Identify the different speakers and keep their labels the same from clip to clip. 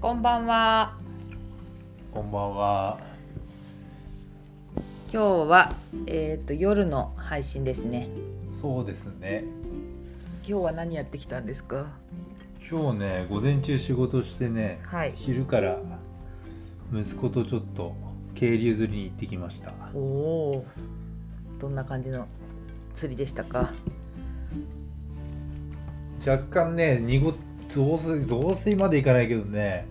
Speaker 1: こんばんは。
Speaker 2: こんばんは。
Speaker 1: 今日はえっ、と夜の配信ですね。
Speaker 2: そうですね。
Speaker 1: 今日は何やってきたんですか。
Speaker 2: 今日ね、午前中仕事してね、
Speaker 1: はい
Speaker 2: 昼から息子とちょっと渓流釣りに行ってきました。
Speaker 1: おお。どんな感じの釣りでしたか。
Speaker 2: 若干ね、濁っ増水増水までいかないけどね、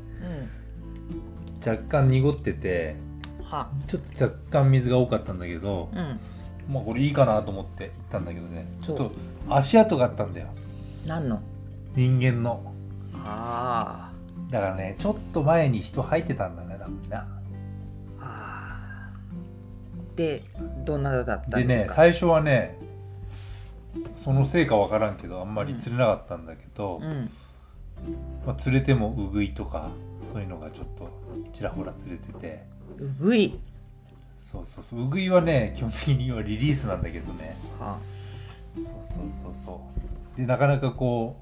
Speaker 1: う
Speaker 2: 若干濁ってて、
Speaker 1: ん。は。
Speaker 2: ちょっと若干水が多かったんだけど、
Speaker 1: うん。
Speaker 2: まあこれいいかなと思って行ったんだけどね、ちょっ
Speaker 1: お
Speaker 2: と足跡があったんだよ。
Speaker 1: 何の。
Speaker 2: 人間の。
Speaker 1: あ
Speaker 2: だからね、ちょっと前に人入ってたんだね、多分な。
Speaker 1: あ。あーでどんなだった
Speaker 2: で
Speaker 1: んで
Speaker 2: ね
Speaker 1: すか。
Speaker 2: 最初はねそのせいかわからんけどあんまり釣れなかったんだけど、
Speaker 1: うん。
Speaker 2: まあ、釣れてもウグイとかそういうのがちょっとちらほら釣れてて
Speaker 1: うぐい。
Speaker 2: そうそうそうウグイはね基本的にはリリースなんだけどね
Speaker 1: は。
Speaker 2: そうそうそうそうでなかなかこ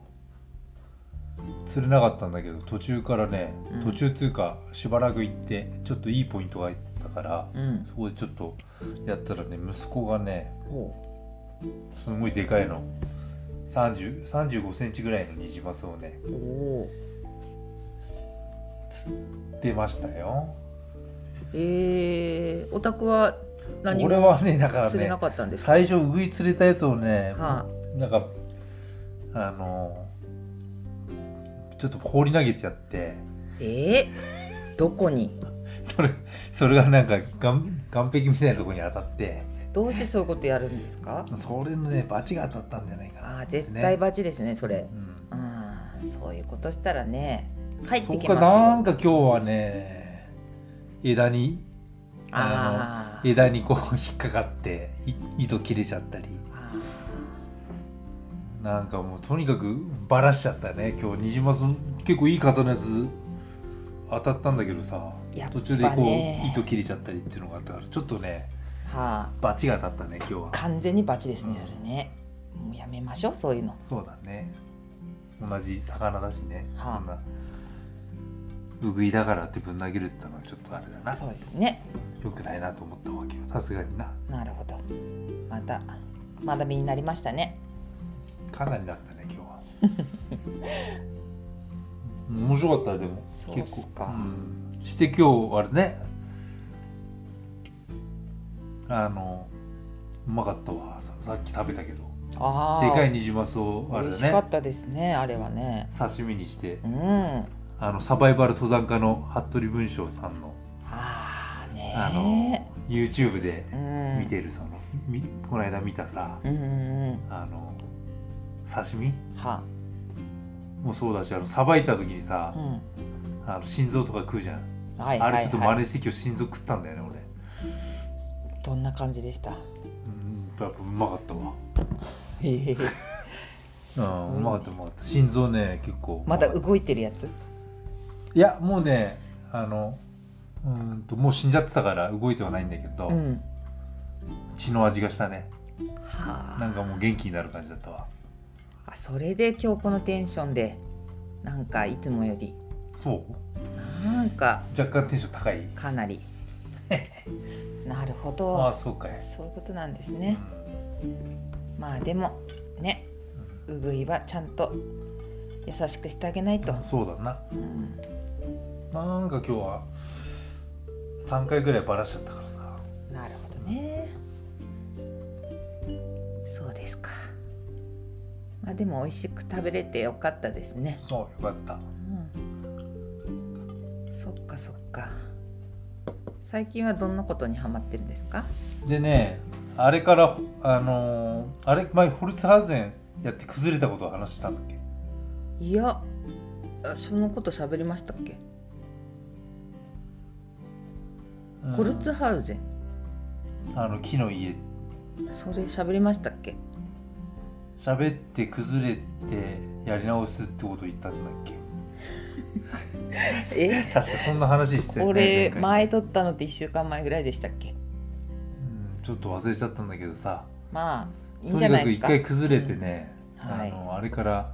Speaker 2: う釣れなかったんだけど途中からね
Speaker 1: うん
Speaker 2: 途中通過しばらく行ってちょっといいポイントが入ったから
Speaker 1: うん。
Speaker 2: そこでちょっとやったらね息子がね
Speaker 1: ほ
Speaker 2: すごいでかいの30 35センチぐらいのニジマスをね
Speaker 1: う。おお。
Speaker 2: 出ましたよ
Speaker 1: ええー、お宅は何
Speaker 2: これ
Speaker 1: も
Speaker 2: はねだから
Speaker 1: 釣れな
Speaker 2: ね
Speaker 1: かったんですか。
Speaker 2: 最初ウグイ釣れたやつをね、
Speaker 1: は
Speaker 2: なんかあのちょっと放り投げちゃって
Speaker 1: ええー、どこに
Speaker 2: それそれがなんか岩岩壁みたいなところに当たって
Speaker 1: どうしてそういうことやるんですか
Speaker 2: それのねバチが当たったんじゃないかな
Speaker 1: ああ絶対
Speaker 2: バ
Speaker 1: バチですねそれ
Speaker 2: チ、うん
Speaker 1: ああそういうことしたらね帰って
Speaker 2: そっ
Speaker 1: き
Speaker 2: かな
Speaker 1: ま
Speaker 2: ん
Speaker 1: すよ
Speaker 2: か今日はね枝に
Speaker 1: あー
Speaker 2: 枝にこう引っかかってい糸切れちゃったり
Speaker 1: あ
Speaker 2: なんかもうとにかくバラしちゃったね今日ニジマス結構いい方のやつ当たったんだけどさ
Speaker 1: やっぱ
Speaker 2: 途
Speaker 1: ね
Speaker 2: 中でこう糸切れちゃったりっていうのがあったからちょっとね
Speaker 1: ーは
Speaker 2: バチが当たったね今日
Speaker 1: あ
Speaker 2: は
Speaker 1: 完全にバチですねそれねもうやめましょうそういうの
Speaker 2: そうだね同じ魚だしね
Speaker 1: はあ
Speaker 2: そんなウグイだからってぶん投げるってのはちょっとあれだな
Speaker 1: そうですね
Speaker 2: よくないなと思ったわけよさすがにな
Speaker 1: なるほどまた学びになりましたね
Speaker 2: かなりだったね今日は面白かったでも
Speaker 1: そうっすか
Speaker 2: うんして今日あれねあのうまかったわささっき食べたけど
Speaker 1: ああ
Speaker 2: でかいニジマスをあ
Speaker 1: 美
Speaker 2: れ
Speaker 1: 味
Speaker 2: だ
Speaker 1: しか
Speaker 2: ね
Speaker 1: ったですねあれはね
Speaker 2: 刺身にして
Speaker 1: うんあ
Speaker 2: あのサバイバル登山家の服部文章さんの
Speaker 1: あね
Speaker 2: あの YouTube で
Speaker 1: うん
Speaker 2: 見てるその、みこの間見たさ
Speaker 1: うんうんうん
Speaker 2: あの刺身
Speaker 1: は
Speaker 2: もそうだしあのさばいた時にさ
Speaker 1: あ、うん
Speaker 2: あの心臓とか食うじゃん
Speaker 1: はい
Speaker 2: あ
Speaker 1: は
Speaker 2: れ
Speaker 1: い
Speaker 2: ちょっと
Speaker 1: は
Speaker 2: 真
Speaker 1: い
Speaker 2: 似して今日心臓食ったんだよね俺
Speaker 1: どんな感じでした
Speaker 2: うんやっぱうまかったわ
Speaker 1: へ
Speaker 2: うんうまかったうまかった心臓ね結構
Speaker 1: まだ
Speaker 2: うかった
Speaker 1: 動いてるやつ
Speaker 2: いやもうねあのうーんともう死んじゃってたから動いてはないんだけど、
Speaker 1: うん
Speaker 2: 血の味がしたね
Speaker 1: は
Speaker 2: なんかもう元気になる感じだったわ
Speaker 1: あそれで今日このテンションでなんかいつもより
Speaker 2: そう
Speaker 1: なんか
Speaker 2: 若干テンション高い
Speaker 1: か なりなるほ
Speaker 2: あ
Speaker 1: ど
Speaker 2: あそうかい
Speaker 1: そういうことなんですねまあでもね
Speaker 2: う
Speaker 1: うぐいはちゃんと優しくしてあげないと
Speaker 2: ん、そうだな
Speaker 1: うん
Speaker 2: なんか今日は3回ぐらいバラしちゃったからさ
Speaker 1: なるほどねそうですかまあでも美味しく食べれてよかったですね
Speaker 2: そうよかった
Speaker 1: うんそっかそっか最近はどんなことにハマってるんですか
Speaker 2: でねあれからあのーあれ前ホルツハーゼンやって崩れたことを話したんだっけ
Speaker 1: いやあそのこと喋りましたっけ、ホルツハウゼン
Speaker 2: うんあの木の家
Speaker 1: それ喋りましたっけ
Speaker 2: 喋って崩れてやり直すってことを言ったんだっけ
Speaker 1: え
Speaker 2: 確かそんな話してたよ
Speaker 1: これ
Speaker 2: 前回
Speaker 1: 前撮ったのって1週間前ぐらいでしたっけ
Speaker 2: うんちょっと忘れちゃったんだけどさ
Speaker 1: まあいい
Speaker 2: と
Speaker 1: ん
Speaker 2: に
Speaker 1: じゃ
Speaker 2: か
Speaker 1: ないで
Speaker 2: く
Speaker 1: す
Speaker 2: 一
Speaker 1: か
Speaker 2: 回崩れてね、
Speaker 1: うんはい
Speaker 2: あのあれから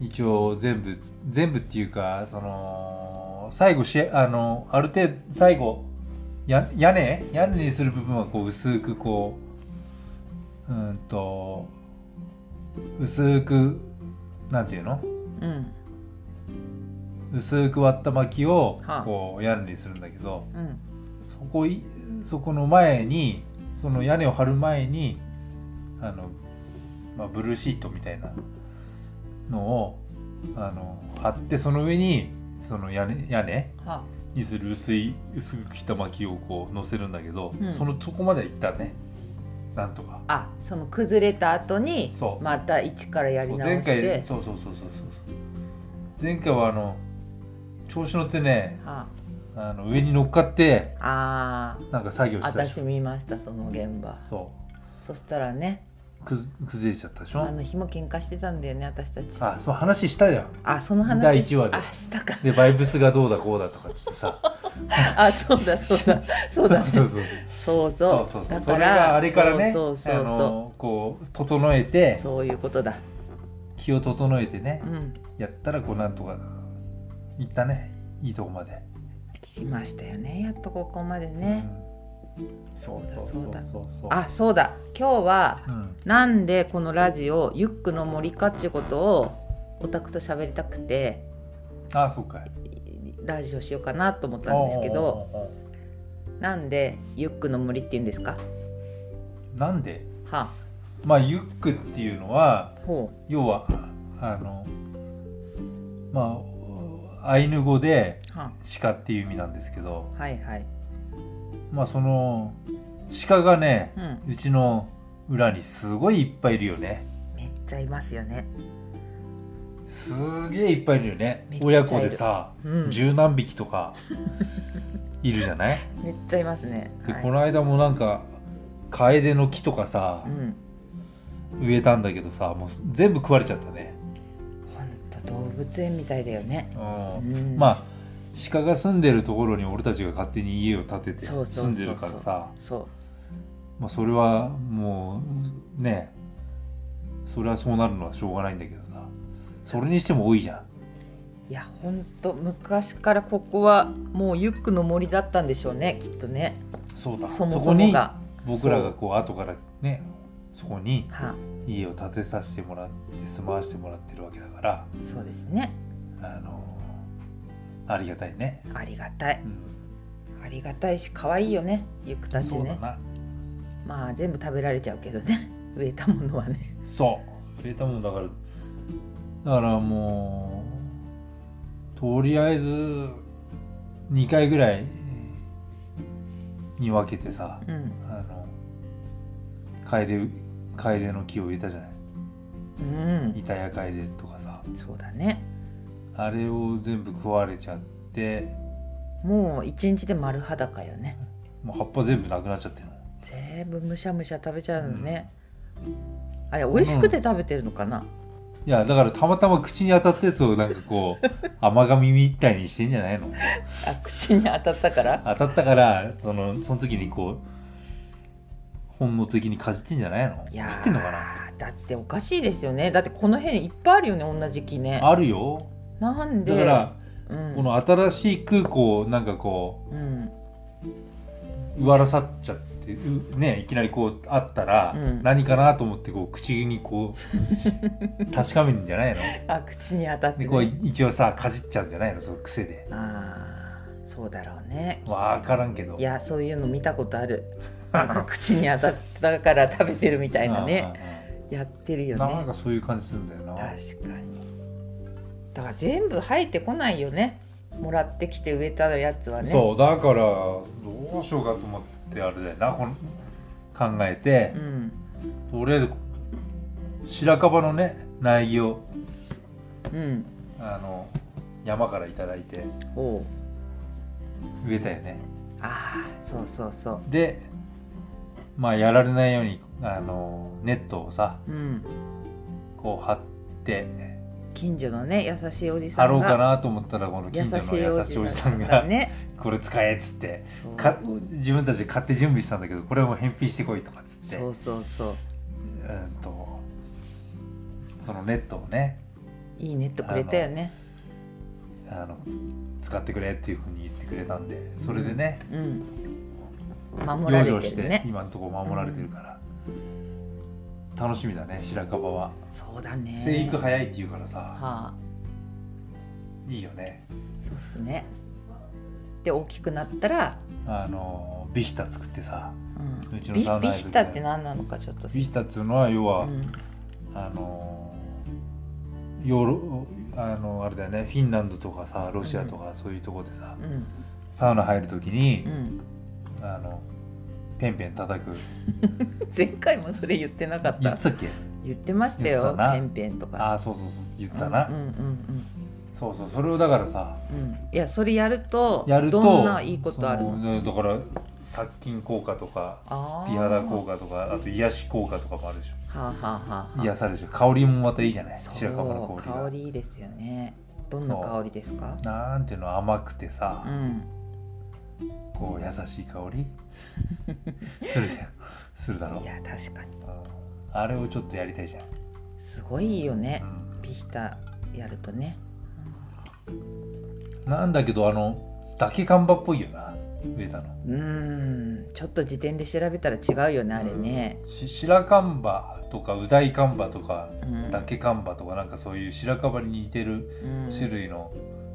Speaker 2: 一応全部全部っていうかその最後しあのある程度最後や屋根屋根にする部分はこう薄くこううんと薄くなんていうの
Speaker 1: うん
Speaker 2: 薄く割った薪を
Speaker 1: はあ
Speaker 2: こう屋根にするんだけど
Speaker 1: うん
Speaker 2: そこいそこの前にその屋根を張る前にあの、まあ、ブルーシートみたいなのをあの張ってその上にその屋根屋根
Speaker 1: は
Speaker 2: にする薄い薄く切った薪をこう乗せるんだけど、
Speaker 1: うん
Speaker 2: そのそこまでは行ったねなんとか
Speaker 1: あその崩れた後に
Speaker 2: そう
Speaker 1: また一からやり
Speaker 2: そう
Speaker 1: 直
Speaker 2: 前
Speaker 1: し
Speaker 2: 回
Speaker 1: て
Speaker 2: そうそうそうそうそうそう前回はあの調子乗ってね
Speaker 1: は
Speaker 2: あの上に乗っかって
Speaker 1: ああ
Speaker 2: なんか作業してたでし
Speaker 1: 私
Speaker 2: ょ
Speaker 1: 見ましたその現場
Speaker 2: そ
Speaker 1: そしたらね
Speaker 2: うくず崩れちゃったでしょ
Speaker 1: あの日も喧嘩してたんだよね私たち
Speaker 2: あそう話したじゃん
Speaker 1: あその話
Speaker 2: 第一話で
Speaker 1: あしたか
Speaker 2: でバイブスがどうだこうだとかってさ
Speaker 1: あそうだそうだそうだ
Speaker 2: そ
Speaker 1: そうう
Speaker 2: そう
Speaker 1: そうそ
Speaker 2: そ
Speaker 1: う
Speaker 2: そう
Speaker 1: う
Speaker 2: そ
Speaker 1: だ
Speaker 2: うそ
Speaker 1: か
Speaker 2: れ
Speaker 1: ら
Speaker 2: があれからね
Speaker 1: そうそう
Speaker 2: あ
Speaker 1: そうそ
Speaker 2: のこう整えて
Speaker 1: うそういうことだ
Speaker 2: 気を整えてね
Speaker 1: うん
Speaker 2: やったらこうなんとかいったねいいとこまで、
Speaker 1: しましたよねやっとここまでね、
Speaker 2: うん
Speaker 1: そうだそうだ
Speaker 2: そうそう
Speaker 1: あそうだ今日は
Speaker 2: うん
Speaker 1: なんでこのラジオユックの森かっていうことをオタクと喋りたくて
Speaker 2: あそうかい
Speaker 1: ラジオしようかなと思ったんですけど
Speaker 2: おうおうおうお
Speaker 1: なんでユックの森って言うんですか
Speaker 2: うなんで
Speaker 1: は
Speaker 2: まあユックっていうのは
Speaker 1: あほ
Speaker 2: 要はあのまあアイヌ語で
Speaker 1: うは
Speaker 2: 鹿っていう意味なんですけど
Speaker 1: あはいはい
Speaker 2: まあその鹿がね
Speaker 1: うん
Speaker 2: うちの裏にすごいいっぱいいるよね
Speaker 1: めっちゃいますよね
Speaker 2: すげえいっぱいいるよね
Speaker 1: めっちゃいる
Speaker 2: 親子でさ
Speaker 1: うん
Speaker 2: 十何匹と かいるじゃない
Speaker 1: めっちゃいますね
Speaker 2: で、
Speaker 1: はい
Speaker 2: この間もなんかカエデの木とかさ
Speaker 1: う、ん
Speaker 2: 植えたんだけどさもう全部食われちゃったね、
Speaker 1: ほんと動物園みたいだよね
Speaker 2: うん
Speaker 1: うん
Speaker 2: まあ鹿が住んでるところに俺たちが勝手に家を建てて
Speaker 1: そうそうそうそう
Speaker 2: 住んでるからさ
Speaker 1: そ
Speaker 2: まあそれはもうねそれはそうなるのはしょうがないんだけどさそれにしても多いじゃん
Speaker 1: ういやほんと昔からここはもうユックの森だったんでしょうねきっとね
Speaker 2: そうだ
Speaker 1: そもそもが
Speaker 2: そこに僕らがこう後からねそこに
Speaker 1: はあ
Speaker 2: 家を建てさせてもらって住まわせてもらってるわけだから
Speaker 1: そうですね
Speaker 2: あのありがたいね、
Speaker 1: ありがたい
Speaker 2: うん、
Speaker 1: ありがたいし可愛いよねユクたち
Speaker 2: そうだ
Speaker 1: ね
Speaker 2: な
Speaker 1: まあ全部食べられちゃうけどね 植えたものはね
Speaker 2: そう増えたもんだからだからもうとりあえず2回ぐらいに分けてさ
Speaker 1: うん
Speaker 2: あの楓楓の木を植えたじゃない
Speaker 1: うん
Speaker 2: 板や楓とかさ
Speaker 1: そうだね
Speaker 2: あれを全部食われちゃって
Speaker 1: もう一日で丸裸よね
Speaker 2: もう葉っぱ全部なくなっちゃってるの
Speaker 1: 全部むしゃむしゃ食べちゃうのね、あれ美味しくて食べてるのかな、
Speaker 2: いやだからたまたま口に当たったやつをなんかこ う甘噛みみたいにしてんじゃないの
Speaker 1: あ口に当たったから
Speaker 2: 当たったからそのその時にこう本能的にかじってんじゃないの
Speaker 1: いや
Speaker 2: 知
Speaker 1: ー
Speaker 2: ってんのかな
Speaker 1: だっておかしいですよねだってこの辺いっぱいあるよね同じ木ね
Speaker 2: あるよ
Speaker 1: なんで
Speaker 2: だから、
Speaker 1: うん、
Speaker 2: この新しい空港をなんかこ
Speaker 1: うん
Speaker 2: う上らさっちゃってうねいきなりこうあったら、
Speaker 1: うん
Speaker 2: 何かなと思ってこう口にこう 確かめるんじゃないの
Speaker 1: あ口に当たって、ね、
Speaker 2: でこう一応さかじっちゃうんじゃないのその癖で
Speaker 1: あーそうだろうね
Speaker 2: わからんけど
Speaker 1: いやそういうの見たことあ るなんか口に当たったから食べてるみたいなね
Speaker 2: ね
Speaker 1: やってるよ
Speaker 2: なんか
Speaker 1: ね
Speaker 2: そういう感じするんだよな
Speaker 1: 確かにだから全部生えてこないよねもらってきて植えたやつはね
Speaker 2: そうだからどうしようかと思ってあれだよなこの考えて
Speaker 1: う、ん
Speaker 2: とりあえず白樺のね苗木を
Speaker 1: うん
Speaker 2: あの山から頂いただいて
Speaker 1: おう
Speaker 2: 植えたよね
Speaker 1: ああそうそうそう
Speaker 2: でまあやられないようにあのネットをさ
Speaker 1: うん
Speaker 2: こう張って
Speaker 1: 近所のね優しいおじさ
Speaker 2: 張ろ
Speaker 1: ん
Speaker 2: うか
Speaker 1: が
Speaker 2: なと思ったらこの
Speaker 1: 優
Speaker 2: 近
Speaker 1: し
Speaker 2: 所の
Speaker 1: いお
Speaker 2: 優し
Speaker 1: じ
Speaker 2: いおじ
Speaker 1: さ
Speaker 2: さ
Speaker 1: ん
Speaker 2: ん
Speaker 1: が
Speaker 2: が
Speaker 1: ね
Speaker 2: 「 これ使え」っつって
Speaker 1: そう
Speaker 2: か自分たちで買って準備したんだけどこれはもう返品してこいとかっつって
Speaker 1: そうそうそう
Speaker 2: うんとそのネットをね
Speaker 1: いいねってくれたよね
Speaker 2: あの使ってくれっていうふうに言ってくれたんでそれでね
Speaker 1: うん守られ
Speaker 2: して
Speaker 1: る
Speaker 2: て
Speaker 1: ね
Speaker 2: 今のところ守られてるから、楽しみだね白樺は
Speaker 1: そうだね
Speaker 2: 生育早いっていうからさ
Speaker 1: はい
Speaker 2: いよね
Speaker 1: あそうっすねで大きくなったら、
Speaker 2: あのビヒタ作ってさ
Speaker 1: うん、
Speaker 2: うちの
Speaker 1: ビ
Speaker 2: サウナ
Speaker 1: ビ
Speaker 2: ライブで
Speaker 1: ヒタって何なのかちょっと
Speaker 2: ビヒタっていうのは要は、
Speaker 1: うん
Speaker 2: あのヨーロあのあれだよねフィンランドとかさロシアとかそういうとこでさ、
Speaker 1: うん
Speaker 2: サウナ入る時に
Speaker 1: う、ん
Speaker 2: あのペンペン叩く
Speaker 1: 前回もそれ言ってなかっ
Speaker 2: 言ったてたっけ
Speaker 1: 言ってました
Speaker 2: 言っ
Speaker 1: よ
Speaker 2: てたな
Speaker 1: ペンペンとか
Speaker 2: ああそうそうそう言ったな、
Speaker 1: うんうん
Speaker 2: そうそうそれをだからさ
Speaker 1: うんうんいやそれやると
Speaker 2: やると
Speaker 1: どんないいことあるの
Speaker 2: そのだから殺菌効果とか
Speaker 1: あー
Speaker 2: 美肌効果とかあと癒し効果とかもあるでし
Speaker 1: はあ、はあはあ
Speaker 2: ょ
Speaker 1: は
Speaker 2: 癒されるでしょ香りもまたいいじゃな
Speaker 1: あ、
Speaker 2: い
Speaker 1: そう
Speaker 2: 白樺の香りが
Speaker 1: 香りいいですよねどんな香りですか
Speaker 2: なんていうの甘くてさ
Speaker 1: う、ん
Speaker 2: こう優しい香り するじゃんするだろう
Speaker 1: いや確かに
Speaker 2: うんあれをちょっとやりたいじゃん、
Speaker 1: すごいいいよね
Speaker 2: うん
Speaker 1: ビヒタやるとね
Speaker 2: なんだけどあの竹看板っぽいよな植えたの
Speaker 1: うーんちょっと時点で調べたら違うよねあれね
Speaker 2: し白看板とかうだい看板とか
Speaker 1: うん
Speaker 2: 竹看板とかなんかそういう白樺に似てる
Speaker 1: うん
Speaker 2: 種類の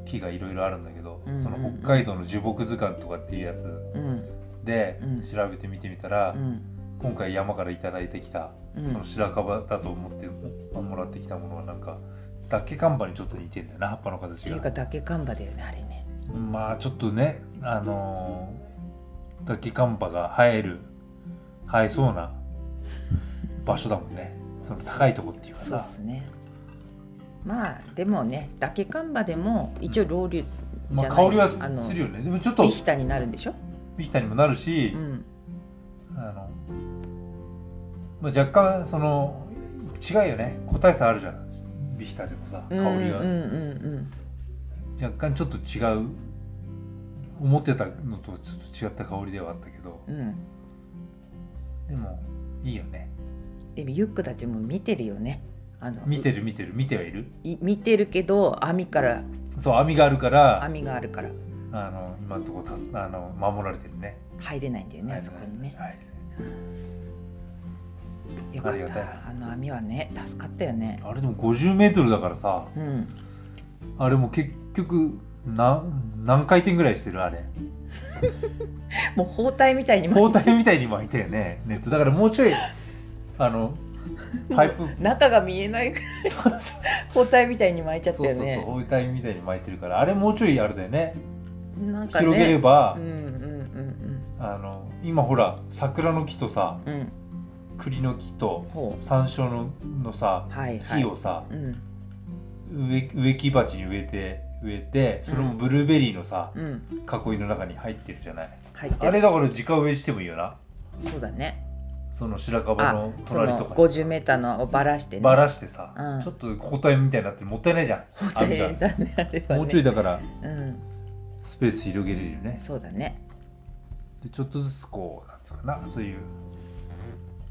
Speaker 2: 木がいろいろあるんだけど、
Speaker 1: うん
Speaker 2: その北海道の樹木図鑑とかっていうやつ
Speaker 1: うん
Speaker 2: で
Speaker 1: うん
Speaker 2: 調べてみてみたら、
Speaker 1: うん
Speaker 2: 今回山から頂いてきた
Speaker 1: う
Speaker 2: その
Speaker 1: ん
Speaker 2: 白樺だと思ってもらってきたものはなんか竹看板にちょっと似てんだよな葉っぱの
Speaker 1: っ
Speaker 2: 形
Speaker 1: ていう
Speaker 2: が
Speaker 1: かだけ看板だよねあれね
Speaker 2: まあちょっとねあのー竹看板が生える生えそうな場所だもんねその高いとこっていうか
Speaker 1: そうっ
Speaker 2: さ
Speaker 1: すねまあでもねだけ看板でも一応老流
Speaker 2: まあ、
Speaker 1: じゃ
Speaker 2: 香
Speaker 1: ない
Speaker 2: りは
Speaker 1: あの
Speaker 2: するよねでもちょっと
Speaker 1: ビヒタになるんでしょ
Speaker 2: ビヒタにもなるし、
Speaker 1: うん
Speaker 2: あの、まあ、若干その違うよね個体差あるじゃんビヒタでもさ香りが、
Speaker 1: うんうん
Speaker 2: 若干ちょっと違う思ってたのとちょっと違った香りではあったけど
Speaker 1: うんうんうん
Speaker 2: でもいいよね
Speaker 1: でもユックたちも見てるよねあの
Speaker 2: 見てる見てる見てはいる
Speaker 1: い見てるけど網から
Speaker 2: そう網があるから
Speaker 1: 網があるから
Speaker 2: あの今のところたあの守られてるね
Speaker 1: 入れないんだよね
Speaker 2: はい
Speaker 1: あそこにね
Speaker 2: はい
Speaker 1: よか
Speaker 2: あ
Speaker 1: っ
Speaker 2: りがたい
Speaker 1: たあの網はね助かったよね
Speaker 2: あれでも 50m だからさ
Speaker 1: うん
Speaker 2: あれも結局な何回転ぐらいしてるあれ
Speaker 1: もう包帯みたいに
Speaker 2: 包帯みたいに巻いた よねネットだからもうちょいあの
Speaker 1: もう
Speaker 2: パ イプ
Speaker 1: 中が見え ないぐらい包帯みたいに巻いちゃった
Speaker 2: そう
Speaker 1: よ
Speaker 2: そうそう
Speaker 1: ね
Speaker 2: 包帯みたいに巻いてるからあれもうちょいあれだよね
Speaker 1: なんかね
Speaker 2: 広げれば、
Speaker 1: うんうん
Speaker 2: あの今ほら桜の木とさ
Speaker 1: うんうんうん
Speaker 2: 栗の木と
Speaker 1: ほ
Speaker 2: 山椒ののさ
Speaker 1: うはいはい
Speaker 2: 木をさ、
Speaker 1: うん
Speaker 2: 植植木鉢に植えて植えてそれもブルーベリーのさ、
Speaker 1: うん
Speaker 2: 囲いの中に入ってるじゃない
Speaker 1: 入って
Speaker 2: あれ
Speaker 1: る
Speaker 2: だから直植えしてもいいよな
Speaker 1: そうだね
Speaker 2: その白樺
Speaker 1: あ
Speaker 2: の
Speaker 1: そ
Speaker 2: 隣と
Speaker 1: の
Speaker 2: か
Speaker 1: 50メーターのをばらしてね
Speaker 2: バラしてさ、
Speaker 1: うん
Speaker 2: ちょっと包帯みたいになってもったいないじゃん
Speaker 1: 包帯
Speaker 2: 網が
Speaker 1: だねあれはね
Speaker 2: もうちょいだから
Speaker 1: うん
Speaker 2: スペース広げれるよね
Speaker 1: そうだね
Speaker 2: でちょっとずつこうなんつうかなそういう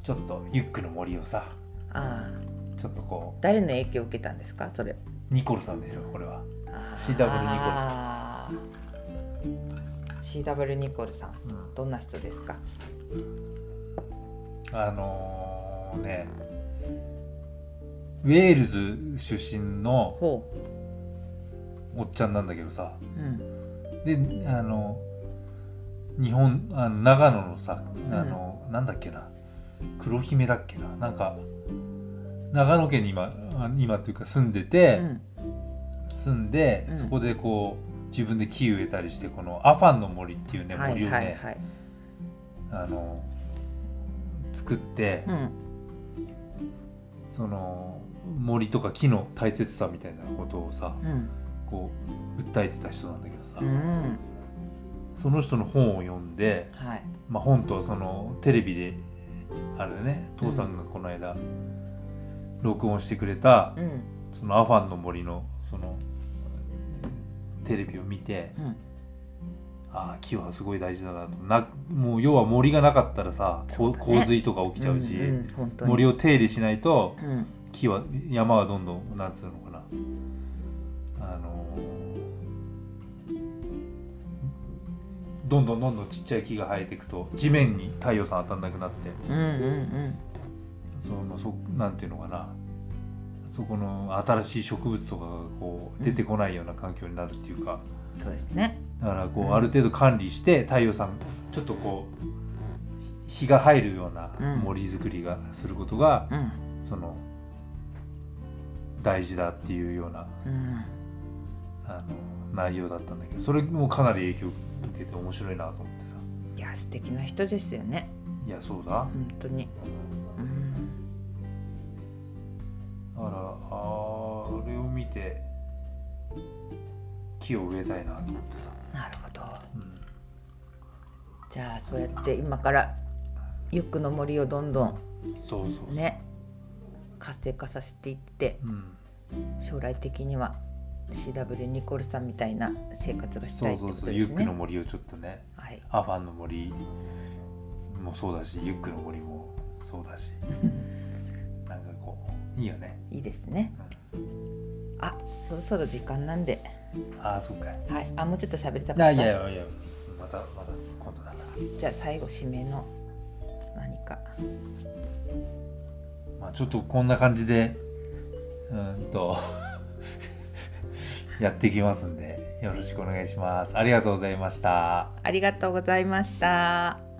Speaker 2: ちょっとユックの森をさ
Speaker 1: ああ
Speaker 2: ちょっとこ
Speaker 1: 誰の影響を受けたんですかそれ
Speaker 2: うニコルさんでしょこれは、
Speaker 1: あ
Speaker 2: CW ニコル
Speaker 1: ー CW ニコルさんどんな人ですか
Speaker 2: あのーねウェールズ出身の
Speaker 1: ほ
Speaker 2: おっちゃんなんだけどさ
Speaker 1: う、うん、
Speaker 2: であの日本あの長野のさあの、なんだっけな黒姫だっけななんか長野県に今あ今というか住んでて、
Speaker 1: うん
Speaker 2: 住んで、
Speaker 1: うん
Speaker 2: そこでこう自分で木植えたりしてこのアファンの森っていうね
Speaker 1: は
Speaker 2: 森
Speaker 1: い
Speaker 2: をね、
Speaker 1: はいはい
Speaker 2: あの作って、
Speaker 1: うん
Speaker 2: その森とか木の大切さみたいなことをさ
Speaker 1: うん
Speaker 2: こう訴えてた人なんだけどさ、
Speaker 1: うん
Speaker 2: その人の本を読んで、
Speaker 1: はい
Speaker 2: まあ、本とそのテレビであれだね父さんがこの間、録音してくれた
Speaker 1: うん
Speaker 2: そのアファンの森のそのテレビを見て
Speaker 1: うん
Speaker 2: ああ木はすごい大事だなとなもう要は森がなかったらさ、こう
Speaker 1: そうだね
Speaker 2: 洪水とか起きちゃうし、
Speaker 1: うんうん、本当に
Speaker 2: 森を手入れしないと
Speaker 1: うん
Speaker 2: 木は山はどんどんなんつうのかなあのーどんどんどんどんちっちゃい木が生えていくと地面に太陽さん当たんなくなって
Speaker 1: うんうん
Speaker 2: そのそなんていうのかなそこの新しい植物とかがこう出てこないような環境になるっていうか、
Speaker 1: うんそうですね
Speaker 2: だからこう、
Speaker 1: うん
Speaker 2: ある程度管理して太陽さんちょっとこう日が入るような
Speaker 1: うん
Speaker 2: 森作りがすることが、
Speaker 1: うん
Speaker 2: その大事だっていうような
Speaker 1: うん
Speaker 2: あの内容だったんだけどそれもかなり影響受けて面白いなと思ってさ
Speaker 1: いや素敵な人ですよね
Speaker 2: いやそうだ、
Speaker 1: 本当にうん
Speaker 2: だからあーあれを見て木を植えたいなと思ってさ、
Speaker 1: なるほど
Speaker 2: うん
Speaker 1: じゃあそうやって今からユックの森をどんどん
Speaker 2: そうそうそう、
Speaker 1: ね活性化させていって
Speaker 2: うん、
Speaker 1: 将来的には CW ニコルさんみたいな生活がし
Speaker 2: そ
Speaker 1: たいうって
Speaker 2: そ
Speaker 1: こ
Speaker 2: う
Speaker 1: と
Speaker 2: そう、
Speaker 1: で
Speaker 2: ユ
Speaker 1: す
Speaker 2: ックの
Speaker 1: ね。
Speaker 2: 森をちょっとね
Speaker 1: はい、
Speaker 2: アファンの森もそうだしユックの森もそうだし なんかこういいよね
Speaker 1: いいですね。あ、そろそろ時間なんで、
Speaker 2: ああそっかい
Speaker 1: はい、あ、もうちょっと喋りたかっ
Speaker 2: や
Speaker 1: た。
Speaker 2: いやいやいやまたまた今度だな
Speaker 1: じゃあ最後締めの何か。
Speaker 2: まあちょっとこんな感じでうーんとやっていきますんでよろしくお願いしますありがとうございました
Speaker 1: ありがとうございました。